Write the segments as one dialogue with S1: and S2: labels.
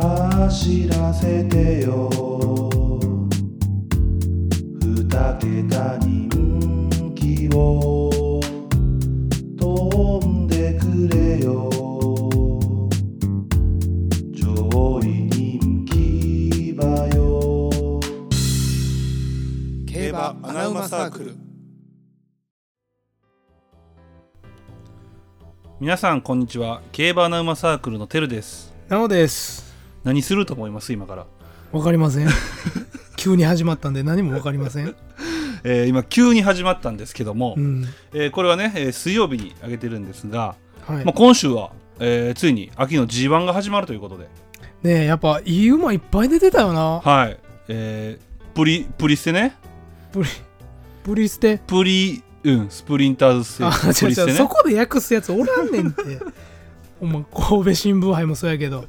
S1: 走らせてよ二桁人気を飛んでくれよ上位人気馬よ
S2: 競馬アナウマサークル
S3: 皆さんこんにちは競馬アナウマサークルのてるです
S4: なおです。
S3: 何すると思います今から、
S4: わかりません。急に始まったんで何もわかりません。
S3: えー今急に始まったんですけども、
S4: うん。
S3: えーこれはね、えー水曜日に上げてるんですが、
S4: はい。
S3: まあ、
S4: ね
S3: 今週は、えーついに秋の G1 が始まるということで
S4: え、やっぱいい馬いっぱい出てたよな。
S3: はいえープリプリステね
S4: プリ、プリステ。
S3: プリうんスプリンターズステ
S4: あ、
S3: ージ
S4: 違
S3: プ
S4: う
S3: リス
S4: 違
S3: テ
S4: う。そ
S3: ね
S4: こで訳すやつおらんねんって。お前、神戸新聞杯もそうやけど。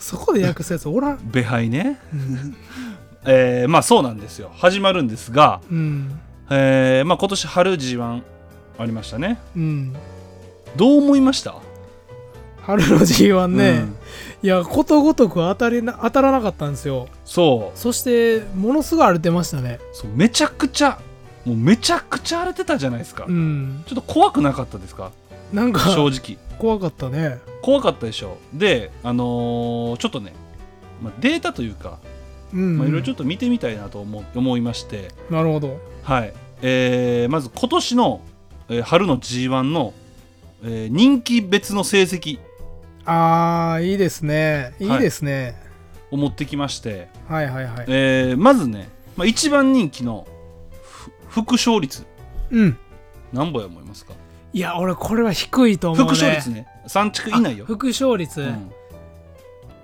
S4: そこで訳すやつおらん。
S3: ベハイね、えーまあそうなんですよ始まるんですが、
S4: うん。
S3: えーまあ、今年春 G1 ありましたね
S4: うん。
S3: どう思いました
S4: 春の G1 ね、
S3: うん
S4: いやことごとく当たりな当たらなかったんですよ
S3: そう
S4: そしてものすごい荒れてましたね
S3: そうめちゃくちゃもうめちゃくちゃ荒れてたじゃないですか、
S4: う
S3: ち
S4: ん
S3: ょっと怖くなかったですか
S4: なんか
S3: 正直
S4: 怖かったね
S3: 怖かったでしょであのーちょっとね、まあ、データというか
S4: うん
S3: まあいろいろちょっと見てみたいなと思う思いまして、
S4: なるほど
S3: はいえーまず今年の、えー春の g 1の、えー人気別の成績
S4: ああいいですねい
S3: はい
S4: いですね、
S3: を持ってきまして、
S4: はい、はいはい
S3: えーまずね、まあ、一番人気のふ副勝率
S4: うん
S3: 何ぼや思いますか、
S4: いや俺これは低いと思うね
S3: 副勝率ね3着以内よ
S4: あ副勝率、
S3: うん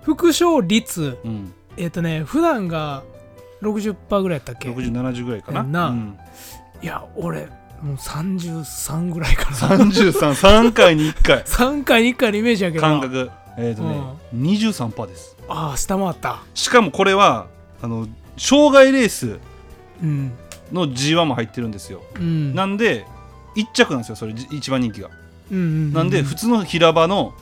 S4: 副勝率
S3: うん
S4: えっ、とね普段が60%ぐらいやったっけい
S3: 6070ぐらいかな
S4: やんな
S3: うん、
S4: や俺もう33ぐらいかな
S3: 333回に1回
S4: 3回に1回のイメージやけど
S3: 感覚えっ、ー、とね、23%です
S4: ああ下回った
S3: しかもこれはあの障害レース
S4: うん
S3: の G1 も入ってるんですよ、
S4: うん
S3: なんで1着なんですよそれじ一番人気が、
S4: うんうんうん
S3: なんで普通の平場の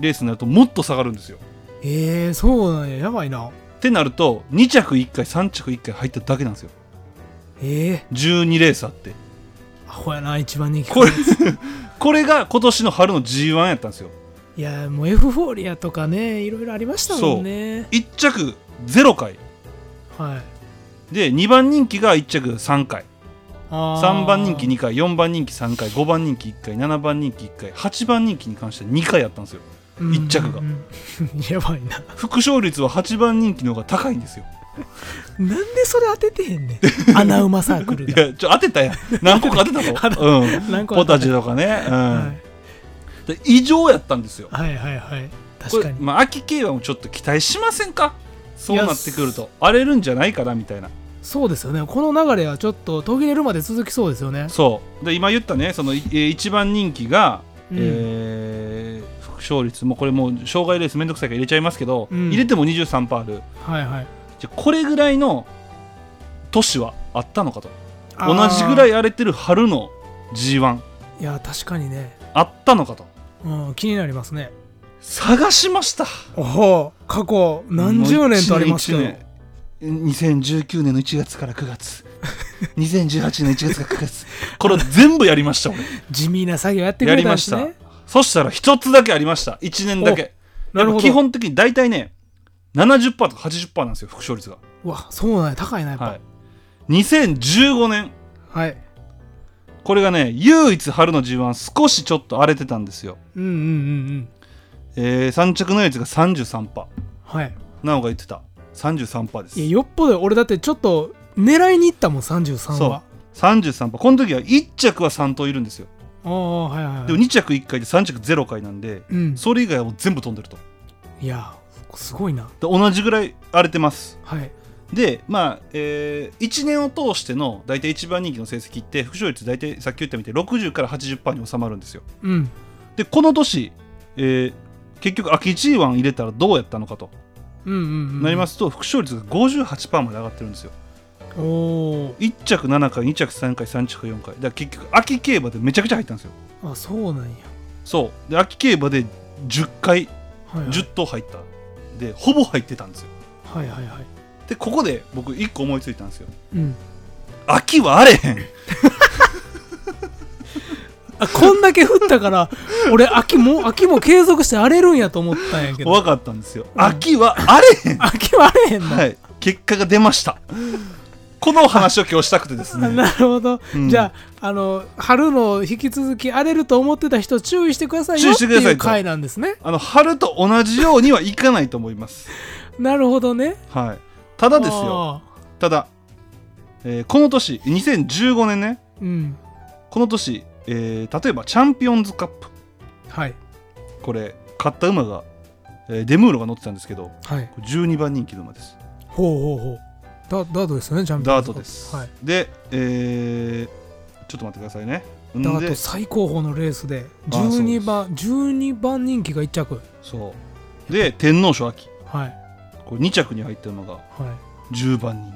S3: レースになるともっと下がるんですよ
S4: えー、そうなんややばいな
S3: ってなると2着1回3着1回入っただけなんですよ
S4: ええ
S3: 12レースあって
S4: ー、アホやな一番人気
S3: これ これが今年の春の G1 やったんですよ
S4: いやもうエフフォーリアとかねいろいろありましたもんね
S3: 1着0回
S4: はい
S3: で2番人気が1着3回3
S4: 3
S3: 番人気2回4番人気3回5番人気1回7番人気1回8番人気に関しては2回やったんですよ一着が
S4: やばいな
S3: 副勝率は8番人気の方が高いんですよ
S4: なんでそれ当ててへんねん穴馬サークル
S3: い
S4: が
S3: やちょ当てた やん何個か当てた
S4: 当て
S3: ぞ、うん、
S4: 何個
S3: ポタジ
S4: ェ
S3: ェとかね、うん
S4: はい
S3: で異常やったんですよ
S4: はいはいはい
S3: こ
S4: 確か
S3: れ、
S4: に
S3: まあ、秋競馬もちょっと期待しませんかそうなってくると荒れるんじゃないかなみたいな
S4: そうですよねこの流れはちょっと途切れるまで続きそうですよね
S3: そうで今言ったねそのいえー一番人気が、
S4: うん
S3: えー副勝率もうこれもう障害レースめんどくさいから入れちゃいますけど、
S4: うん
S3: 入れても23%ある
S4: はいはい
S3: じゃあこれぐらいの年はあったのかと同じぐ
S4: い
S3: らい荒れてる春の G1
S4: いや確かにね、
S3: あったのかと
S4: うん、気になりますね
S3: 探しました
S4: おお過去何十年とありますけど
S3: もう一年一年2019年の1月から9月2018年1月から9月これを全部やりま した俺
S4: 地味な作業やってく
S3: や
S4: れ
S3: り
S4: たん
S3: ま
S4: で
S3: し
S4: す
S3: た、
S4: ね
S3: そしたら一つだけありました1年だけ
S4: おなるほど
S3: やっぱ基本的に大体ね70%とか80%なんですよ副勝率が
S4: うわそうなんや高いなやっぱ
S3: はい2015年
S4: はい、
S3: これがね唯一春の G1 少しちょっと荒れてたんですよ、
S4: うんうんうんうん
S3: えー、3着のやつが33%
S4: はい
S3: なおが言ってた33%です
S4: いやよっぽど俺だってちょっと狙いに行ったもん33
S3: そう
S4: は
S3: 33%この時は1着は3頭いるんですよ
S4: ああはいはいはい
S3: でも2着1回で3着0回なんで
S4: うん
S3: それ以外はもう全部飛んでるとで
S4: いやすごいな
S3: 同じぐらい荒れてます
S4: はい
S3: でまあ、え1年を通しての大体一番人気の成績って副賞率大体さっき言ったみたいに60から80%に収まるんですよ
S4: うん
S3: でこの年、えー結局秋 G1 入れたらどうやったのかと
S4: うんうん、うん、
S3: なりますすと副賞率が58%まで上がってるんですよ
S4: おお
S3: 1着7回2着3回3着4回だから結局秋競馬でめちゃくちゃ入ったんですよ
S4: あそうなんや
S3: そうで秋競馬で10回
S4: はい、はい、
S3: 10頭入ったでほぼ入ってたんですよ
S4: はいはいはい
S3: でここで僕一個思いついたんですよ
S4: うん
S3: 秋はあれへん
S4: あこんだけ降ったから 俺秋も秋も継続して荒れるんやと思ったんやけど
S3: 分かったんですよ秋はあれへん
S4: 秋は荒れへんの、
S3: はい結果が出ましたこのお話を今日したくてですね
S4: なるほど、
S3: うん
S4: じゃああの春の引き続き荒れると思ってた人注意してください
S3: 注
S4: よ
S3: 意
S4: っ
S3: しててくださいと
S4: いう回なんですね
S3: あの春と同じようにはいかないと思います。
S4: なるほどね
S3: はい、ただですよ、
S4: あ
S3: ただ、えーこの年、2015年ね、
S4: ーうん
S3: この年、えー例えばチャンピオンズカップ、
S4: はい
S3: これ、買った馬が、えーデムーロが乗ってたんですけど、
S4: はい
S3: これ12番人気の馬です。
S4: ほうほうほうダダートですよねジャンピオン
S3: ダー
S4: ズカ
S3: ト
S4: ップ
S3: です。
S4: はい、
S3: で、えーちょっと待ってくださいね。ん
S4: ダー
S3: で
S4: ト、最高峰のレースで
S3: あーそうで
S4: 12
S3: す
S4: 番12番人気が1着
S3: そう。で、天皇賞秋、
S4: はい
S3: これ2着に入った馬が
S4: はい
S3: 10番人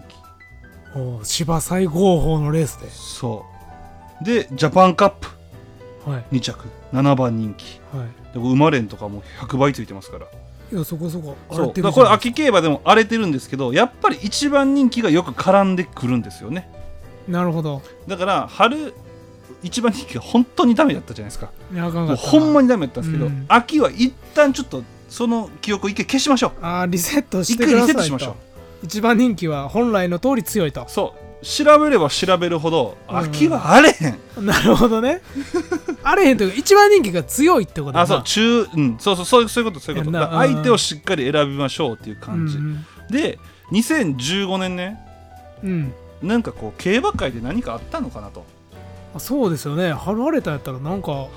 S3: 気。
S4: おー芝最高峰のレースで
S3: そう。で、ジャパンカップ
S4: はい
S3: 2着、7番人気。
S4: はい
S3: でこれ生まれんとかも100倍ついてますから
S4: いやそこそこ
S3: そうだ
S4: る
S3: からこれ秋競馬でも荒れてるんですけどやっぱり一番人気がよく絡んでくるんですよね
S4: なるほど
S3: だから春一番人気が本当にダメだったじゃないですか
S4: いやあかん
S3: も
S4: か
S3: う
S4: ったな
S3: ほんまにダメだったんですけど、
S4: うん
S3: 秋は一旦ちょっとその記憶を一回消しましょう
S4: あーリセットし
S3: 一
S4: て
S3: 回
S4: ください
S3: リセ
S4: と
S3: ットしましょう
S4: 一番人気は本来の通り強いと
S3: そう調べれば調べるほど
S4: うん
S3: 秋は荒れへん、
S4: なるほどね あれへんというか一番人気が強いってことだな
S3: あそう中うんそうそうそうそういうことそういうこと
S4: やんな
S3: だから相手
S4: う
S3: を
S4: ん
S3: しっかり選びましょうっていう感じ、
S4: うん
S3: で2015年ね
S4: うん、うん
S3: なんかこう競馬界で何かあったのかなと
S4: あそうですよね春晴れたやったらなんか
S3: はい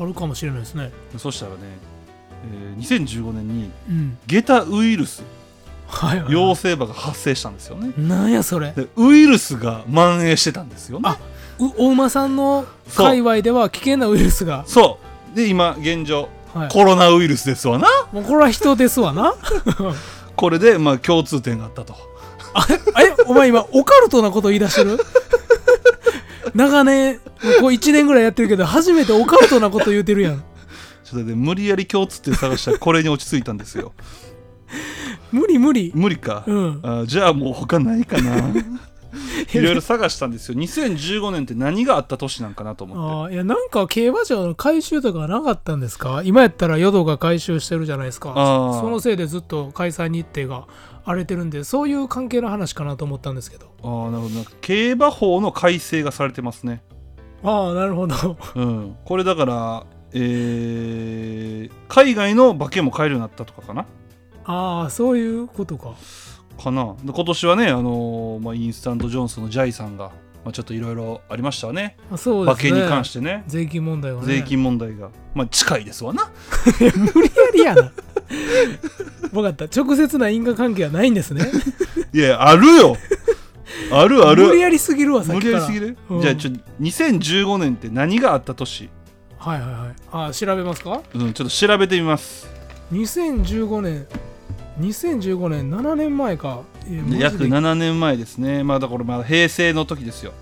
S4: あるかもしれないですね
S3: そしたらね、えー2015年に
S4: うん
S3: ゲタウイルス
S4: はいはい
S3: 陽性馬が発生したんですよね。
S4: なんやそれ
S3: でウイルスが蔓延してたんですよね。
S4: あうお馬さんの界隈では危険なウイルスが、
S3: そうで今現状
S4: はい、
S3: コロナウイルスですわな
S4: もうこれは人ですわな
S3: これでまあ共通点があったと
S4: あえお前今オカルトなこと言い出してる 長年こう1年ぐらいやってるけど初めてオカルトなこと言うてるやん
S3: ちょっとで無理やり共通点探したらこれに落ち着いたんです よ
S4: 無理無理
S3: 無理か、
S4: うん
S3: あじゃあもう他ない かないろいろ探したんですよ2015年って何があった年なんかなと思って
S4: ああいやなんか競馬場の改修とかなかったんですか今やったら淀が改修してるじゃないですか
S3: あー
S4: そのせいでずっと開催日程が荒れてるんでそういう関係の話かなと思ったんですけど
S3: ああなるほどなんか競馬法の改正がされてます ね
S4: ああなるほど
S3: うん、これだから、えー海外の馬券も買えるようになったとかかな
S4: ああそういうことか
S3: かなで今年はね、あのーまあ、インスタント・ジョンソンのジャイさんが、まあ、ちょっといろいろありましたわね
S4: あそうで
S3: 馬
S4: すね
S3: 券に関してね
S4: 税金問題はね
S3: 税金問題が、まあ、近いですわな
S4: 無理やりやな 分かった直接な因果関係はないんですね
S3: いやいやあ るよあるある
S4: 無理やりすぎるわさっ
S3: 無
S4: きか
S3: 理や
S4: ら
S3: りすぎる、
S4: うん
S3: じゃあちょ2015年って何があった年、
S4: はいはいはいああ調べますか
S3: うん、ちょっと調べてみます
S4: 2015年2015年7年前か、えー
S3: で
S4: マジ
S3: 約
S4: で
S3: 7年前ですねまあだからまあ平成の時ですよ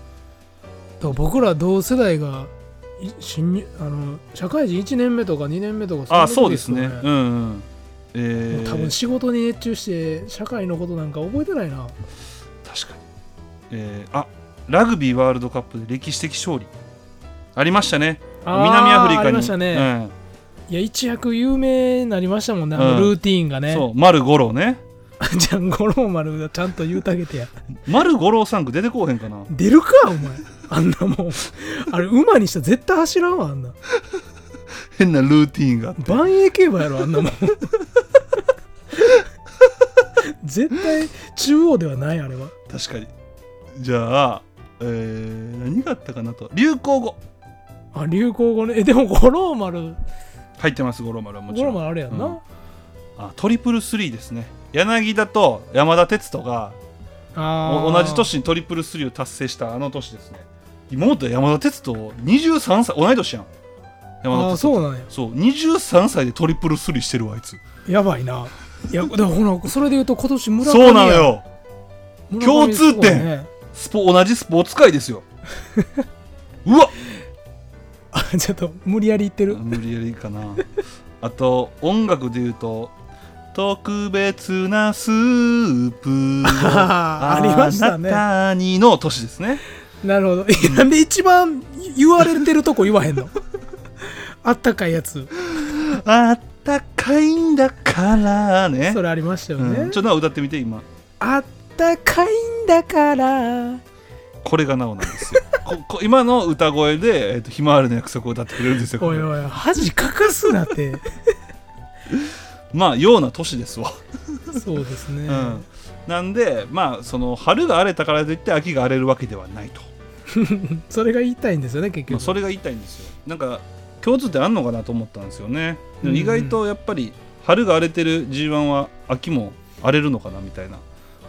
S4: と僕ら同世代がい新入あの社会人1年目とか2年目とか
S3: あ
S4: ん
S3: そう
S4: な
S3: で
S4: 時
S3: すね
S4: よ
S3: うんうんえ
S4: も
S3: ー
S4: う多分仕事に熱中して社会のことなんか覚えてないな
S3: 確かに、えーあラグビーワールドカップで歴史的勝利ありましたね
S4: あー
S3: 南アフリカに
S4: ありましたね、いや一躍有名になりましたもんねあの
S3: うん
S4: ルーティーンが
S3: うん
S4: ね、
S3: そう丸五郎ね
S4: じゃん五郎丸がちゃんと言うたげてや
S3: 丸五郎さん区出てこうへん かな
S4: 出るかお前あんな もんあれ馬にしたら絶対走らんわあんな
S3: 変なルーティーンが
S4: 万栄競馬やろあんなも ん絶対中央ではないあれは
S3: 確かにじゃあ、えー何があったかなと流行語
S4: あ流行語ねえでも五郎丸
S3: 入ってます五郎丸はもち
S4: 五
S3: ろ
S4: 郎
S3: ん
S4: 丸あれやんな、
S3: うんあトリプルスリーですね柳田と山田哲人が
S4: あ
S3: お
S4: ー
S3: 同じ年にトリプルスリーを達成したあの年ですね妹は山田哲人23歳同い年やん山田
S4: あ
S3: 哲
S4: あ
S3: 人
S4: そうなんや
S3: そう23歳でトリプルスリーしてるわあいつ
S4: やばいないやでもほらそれで言うと今年村上や
S3: そうなのよ
S4: 村上
S3: 共通点
S4: そうね
S3: スポ同じスポーツ界 ですようわ
S4: あ ちょっと無理やり言ってる
S3: 無理やりかなあと音楽で言うと特別なスープ
S4: あーありましたね
S3: あなたにの年ですね
S4: なるほど。 いやなんで一番言われてるとこ言わ へんのあったかいやつ。
S3: あったかいんだからね
S4: それありましたよ
S3: う
S4: ね
S3: ん、ち。ょっとなお歌ってみて今
S4: あったかいんだから。
S3: これがなおなんですよ ここ今の歌声で、えっと「ひまわりの約束」を歌ってくれるんですよこ
S4: お
S3: れ
S4: いおい、恥かかすな って。
S3: まあような年ですわ、
S4: そうですね。
S3: うん、なんでまあその春が荒れたからといって秋が荒れるわけではないと、
S4: それが言いたいんですよね、結
S3: まあ、
S4: 局。
S3: それが言いたいんですよなんか共通点あんのかなと思ったんですよねでも意外とやっぱり春が荒れてる G1 は秋も荒れるのかなみたいな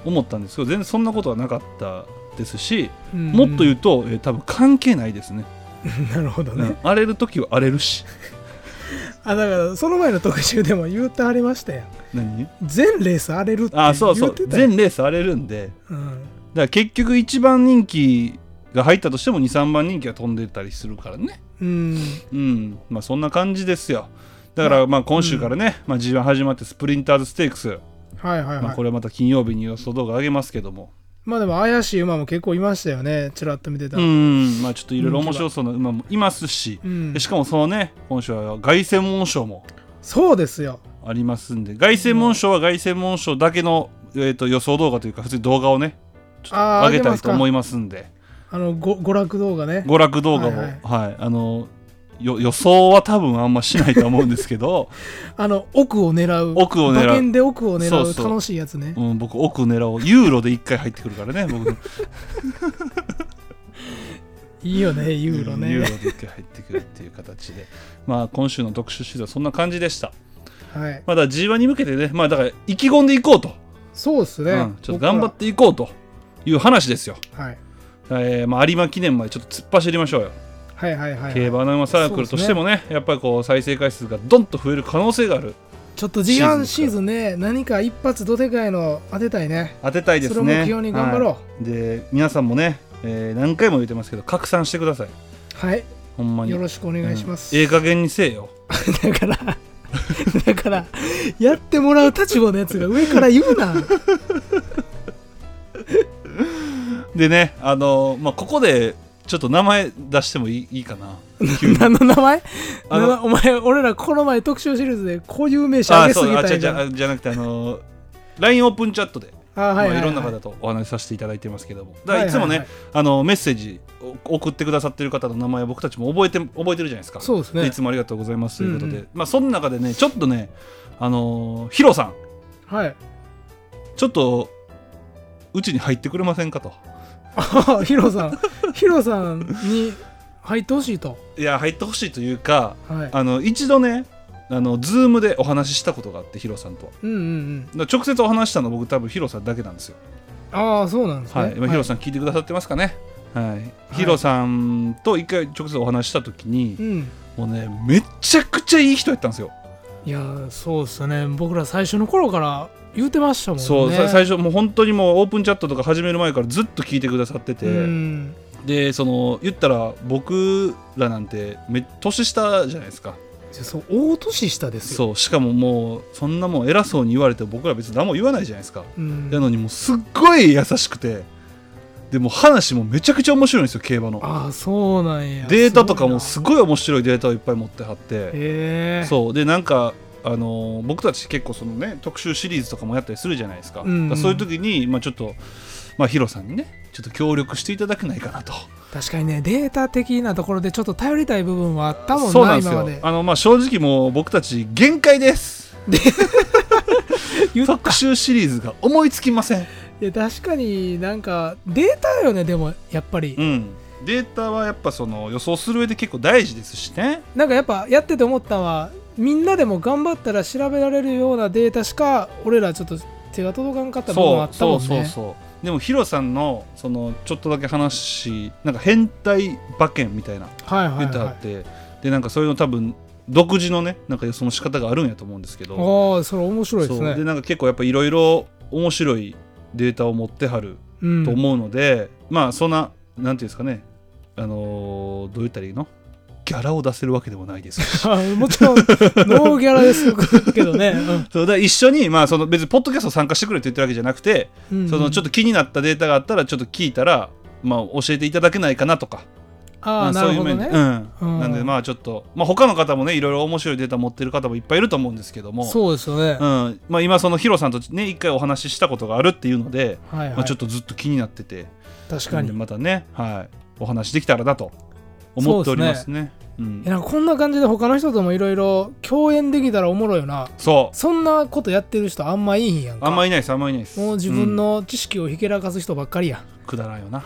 S3: 思ったんですけど全然そんなことはなかったですし、もっと言うと、えー多分関係ないですね、
S4: うん。 なるほど
S3: う
S4: ね
S3: ん。荒れる時は荒れるし
S4: あ、だから、その前の特集でも言うてはりましたやん。
S3: 何
S4: 全レース荒れるって
S3: あそう
S4: 言
S3: そうう
S4: てたやん。
S3: 全レース荒れるんで
S4: うん。
S3: だから結局一番人気が入ったとしても23番人気が飛んでたりするからね
S4: うん。
S3: うんまあそんな感じですよだからまあ今週からね、まあ、G1 始まってスプリンターズステークス、
S4: はいはいはい。
S3: まあ、
S4: まあ
S3: こ、れはまた金曜日に予想動画上げますけども
S4: でも、怪しい馬も結構いましたよね。ちらっと見てた
S3: う
S4: ら。
S3: んまあちょっといろいろ面白そうな馬もいますし、
S4: うん
S3: でしかもそのね今週は凱旋門賞も
S4: そうですよ。
S3: ありますんで凱旋門賞は凱旋門賞だけの、えー、と予想動画というか普通に動画をねちょっと
S4: あー
S3: 上げ
S4: 上げ
S3: た
S4: ま
S3: い
S4: すか
S3: と思いますんで
S4: あの、ご娯楽動画ね。
S3: 娯楽動画も、
S4: は
S3: はいいあのよ予想は多分あんましないと思うんですけ ど、
S4: あの、奥を狙う。
S3: 奥を狙う
S4: 馬券で奥を狙
S3: そう
S4: う
S3: そう
S4: 楽しいやつね。
S3: うん、僕奥狙おうユーロで1回入ってくるからね僕
S4: いいよね、ユーロ
S3: うんユー
S4: ね。
S3: ロで1回入ってくるっていう形でまあ今週の特集取材はそんな感じでした
S4: はい。
S3: まだ G1 に向けてねまあだから意気込んでいこうと、
S4: そうですね。
S3: うん、ちょっと頑張っていこうという話ですよ、
S4: 僕ら。はい。
S3: えーまあ、有馬記念までちょっと突っ走りましょうよ、
S4: はいはいはいはい。
S3: 競馬の馬サークルとしてもねやっぱりこう再生回数がどんと増える可能性がある
S4: ちょっと G1
S3: シ
S4: シ
S3: ー
S4: ー
S3: ズ
S4: ズンね、何か一発どでかいの当てたいね。
S3: 当てたいですね
S4: それを目標に頑張ろう
S3: はいで皆さんもね、えー何回も言ってますけど拡散してください
S4: はい。
S3: ほんまに
S4: よろしくお願いします。
S3: うんええ加減にせえよ
S4: だから、だから、やってもらう立場のやつが上から言うな。
S3: でねあのまあここでちょっと名前出してもいいいいかな
S4: 何の名前
S3: あの
S4: なお前、俺らこの前特集シリーズでこういう名詞上
S3: あー
S4: げす
S3: そう
S4: ぎ
S3: あ
S4: たん
S3: 違う違
S4: じ
S3: う
S4: ゃん。
S3: あじゃなくてあの LINE オープンチャットで、
S4: あはい
S3: ま
S4: は
S3: あ、い
S4: い
S3: ろんな方
S4: はい
S3: とお話しさせていただいてますけどもだからいつ
S4: は
S3: もね、
S4: いはいはい
S3: あのメッセージを送ってくださってる方の名前を僕たちも覚えて覚えてるじゃないですか
S4: そうです
S3: でい
S4: ね。
S3: つもありがとうございますということで、
S4: うん
S3: まあその中でねちょっとねあのーヒロさん
S4: はい。
S3: ちょっとうちに入ってくれませんかと
S4: あヒロさん、ヒロさんに入ってほしいと。
S3: いや入ってほしいというか
S4: はい。
S3: あの一度ねあのズームでお話ししたことがあってヒロさんとは
S4: うんうんうん。
S3: だから直接お話ししたの僕多分ヒロさんだけなんですよ
S4: ああ、そうなんですね。
S3: はい、今ヒロさん聞いてくださってますかねはい、ヒロさんと一回直接お話しした時に、
S4: うん。
S3: もうねめちゃくちゃいい人やったんですよ、
S4: いやーそうっすね僕ら最初の頃から言うてましたもんね
S3: そうさ最初もう本当にもうオープンチャットとか始める前からずっと聞いてくださってて、
S4: うん
S3: でその言ったら僕らなんてめ年下じゃないですか
S4: じゃあそう大年下ですよ
S3: そうしかももうそんなもん偉そうに言われても僕ら別に何も言わないじゃないですか、
S4: う、ん
S3: な、のにもうすっごい優しくてでもう話もめちゃくちゃ面白いんですよ競馬の
S4: ああそうなんや
S3: データとかもす
S4: す
S3: ごい面白いデータをいっぱい持ってはっ
S4: ごい
S3: て
S4: なへえ
S3: そうでなんかあのー僕たち結構そのね特集シリーズとかもやったりするじゃないですか,、
S4: うんうん
S3: そういう時に、まあ、ちょっと、まあ、ヒロさんにねちょっと協力していただけないかなと
S4: 確かにねデータ的なところでちょっと頼りたい部分はあったもん
S3: そう
S4: な
S3: なんです
S4: 今ま
S3: よ
S4: で
S3: あの、まあ、正直もう僕たち限 界です
S4: 言った
S3: 特集シリーズが思いつきません、
S4: いや確かになんかデータよねでもやっぱり、
S3: うん、データはやっぱその予想する上で結構大事ですしね
S4: なんかやっぱやってて思ったのはみんなでも頑張ったら調べられるようなデータしか俺らちょっと手が届かんかった部分はあったもんね
S3: そうそうそうそうでもヒロさんのそのちょっとだけ話なんか変態馬券みたいな
S4: はいはい
S3: 言ってあ
S4: はい
S3: って、でなんかそういうの多分独自のねなんか予想の仕方があるんやと思うんですけど
S4: ああそれ面白いです
S3: そ
S4: ね
S3: うでなんか結構やっぱいろいろ面白いデータを持ってはる
S4: うん
S3: と思うので、まあそんななんていうんですかねあのーどう言ったらいいのギャラを出せるわけでもないです し
S4: もちろん、ノーギャラですけど ね。
S3: そうだから一緒に、まあ、その別にポッドキャスト参加してくれって言ってるわけじゃなくて、
S4: うん
S3: そのちょっと気になったデータがあったらちょっと聞いたら、まあ、教えていただけないかなとか
S4: あ
S3: ま
S4: あ、
S3: あ
S4: なるほど
S3: そうい
S4: ね
S3: う。面で、うん
S4: うん
S3: なんでまあちょっと、まあ、他の方もねいろいろ面白いデータ持ってる方もいっぱいいると思うんですけども
S4: そうですよね。
S3: うんまあ、今そのヒロさんとね一回お話ししたことがあるっていうので、
S4: はいはい。
S3: まあ、ちょっとずっと気になってて
S4: 確か
S3: なんで
S4: に。
S3: またね、はい、お話できたらなと思っておりますね。うん
S4: えなんかこんな感じで他の人ともいろいろ共演できたらおもろいよな。
S3: そう
S4: そんなことやってる人あんまいいんやんか。
S3: あんまいないですあんまいないです。
S4: もう自分の知識をひけらかす人ばっかりや。
S3: うん、くだらんよ な。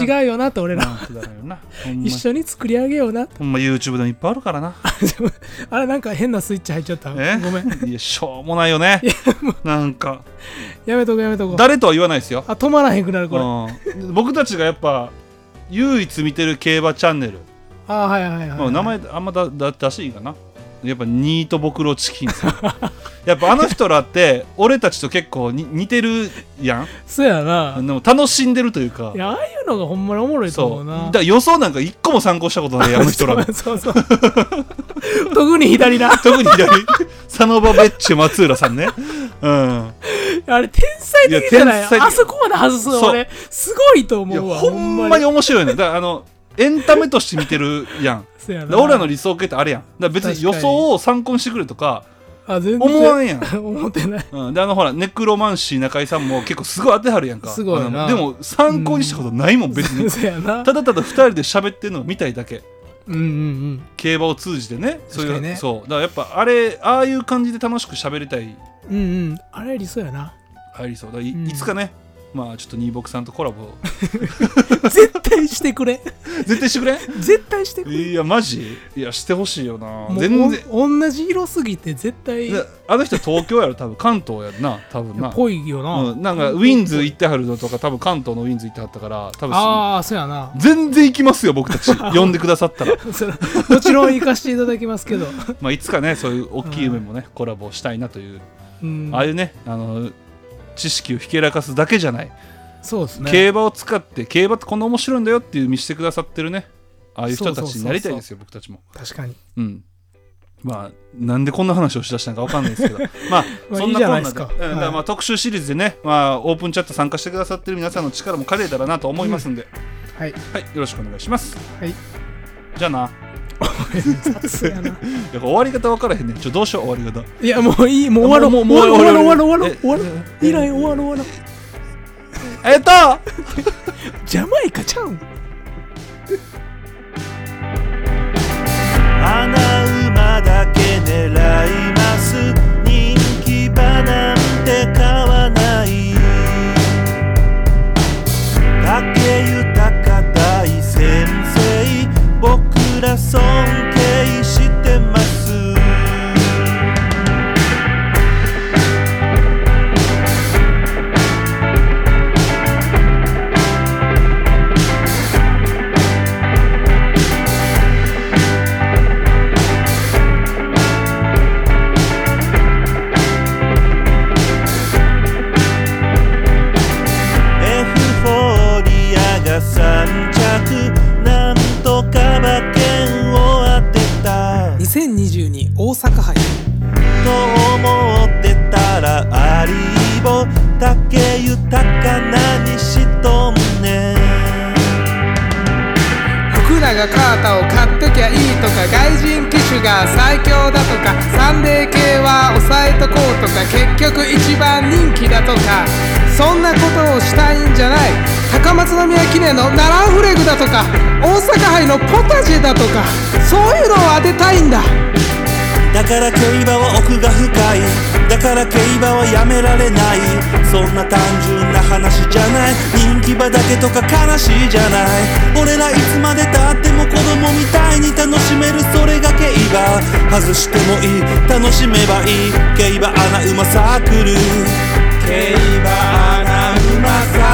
S4: 違
S3: う
S4: うよなって俺ら。
S3: くだらんよ な。ほんま
S4: 一緒に作り上げような。
S3: ほんま YouTube でもいっぱいあるからな。
S4: あれなんか変なスイッチ入っちゃった。
S3: え
S4: ごめん。
S3: いやしょうもないよね。なんか
S4: やめとこやめとこ。
S3: 誰とは言わないですよ。
S4: あ、止まらへんくなるこれ。あ
S3: うん、僕たちがやっぱ唯一見てる競馬チャンネル、
S4: あー、はいはいはい。
S3: まあ、名前あんまだだ出していいかなやっぱニートボクロチキンさん やっぱあの人らって俺たちと結構に似てるやん
S4: そうや
S3: で
S4: な。
S3: も楽しんでるというか
S4: いや、ああいうのがほんまにおもろいと
S3: そ
S4: 思う
S3: う
S4: な。
S3: だから予想なんか一個も参考したことな いあの人らの
S4: そうそうそう。特に左な。
S3: 特に左 サノバベッチュ松浦さんねうん
S4: あれ、天才的じゃない
S3: いや天才的
S4: あそこまで外す
S3: そう
S4: 俺、すごいと
S3: いや
S4: 思うわ。
S3: ほんまに
S4: ほ
S3: 面白いねだからあのエンタメとして見てる やん
S4: そうや
S3: だ
S4: な
S3: から俺らの理想系ってあれやんだから別に予
S4: 確か
S3: 想を参考にしてくれとか
S4: あ、 全然
S3: 思わんやん
S4: 思ってない。
S3: うん、であのほらネクロマンシー中井さんも結構すごい当てはるやんか
S4: すごいな
S3: あのでも参考にしたことないもん、別 に
S4: そうやな。
S3: ただただ2人で喋ってるのを見たいだけ
S4: うんうんうん。
S3: 競馬を通じてねそうい
S4: 確
S3: う
S4: かにね
S3: そうだからやっぱあれああいう感じで楽しく喋りたい
S4: うんうん。あれ、理想やな。
S3: 入りそうだからい,、
S4: うん
S3: つかねまあちょっとニーボクさんとコラボ
S4: 絶対してくれ。
S3: 絶対し てくれ
S4: 絶対してくれ。
S3: いやマジいやしてほしいよな
S4: もう
S3: 全然
S4: おん同じ色すぎて絶対
S3: であの人東京やろ多分関東やんな多分な
S4: ぽいよな。
S3: うん、なんかウィンズ行ってはるのとか多分関東のウィンズ行ってはったから多分
S4: ああ、そうやな。
S3: 全然行きますよ僕たち 呼んでくださったら
S4: それもちろん行かしていただきますけど。
S3: まあ、いつかねそういう大きい夢もね、コラボしたいなという、
S4: うん
S3: ああいうねあの知識をひけらかすだけじゃない、
S4: そうですね。
S3: 競馬を使って競馬ってこんな面白いんだよっていう見せてくださってるねああいう人
S4: そうそ
S3: た
S4: うそう
S3: ち
S4: そう
S3: になりたいですよ僕たちも
S4: 確かに。
S3: うんまあなんでこんな話をしだしたのかわかんない ですけどまあ
S4: まあ
S3: そん
S4: いい
S3: な
S4: じゃ
S3: こ
S4: ないで
S3: んな
S4: す
S3: で
S4: か
S3: うんだからま
S4: は
S3: あ特集シリーズでね、まあ、オープンチャット参加してくださってる皆さんの力も借りれたらなと思いますんで、
S4: はい。
S3: はいよろしくお願いします
S4: はい
S3: じゃあな
S4: 雑やな。
S3: いや終わり方わからへんねちょどうしよう終わり方
S4: いや、もう いい。もう終わろう。
S3: も
S4: も
S3: う
S4: う
S3: もう
S4: 終わろう。終わろう。終わろう。
S3: え
S4: 終わろう。終わろう。いらん。終わろう。終わろう。
S3: えっと
S4: ジャマイカちゃうん。
S1: 穴馬だけ狙います人気馬なんて買わない竹豊大先生僕ら尊敬してますエフフォーリアが3着なんとか馬券を当てた
S4: 2022大阪杯。
S1: と思ってたらアリーボ竹豊何しとんねん
S4: 福永カータを買っときゃいいとか外人機種が最強だとかサンデー系は抑えとこうとか結局一番人気だとかそんなことをしたいんじゃない高松宮記念のナランフレグだとか大阪杯のポタジェだとかそういうのを当てたいんだ
S1: だから競馬は奥が深いだから競馬はやめられないそんな単純な話じゃない人気馬だけとか悲しいじゃない俺らいつまでたっても子供みたいに楽しめるそれが競馬外してもいい楽しめばいい競馬アナウマサークル競馬アナウマサ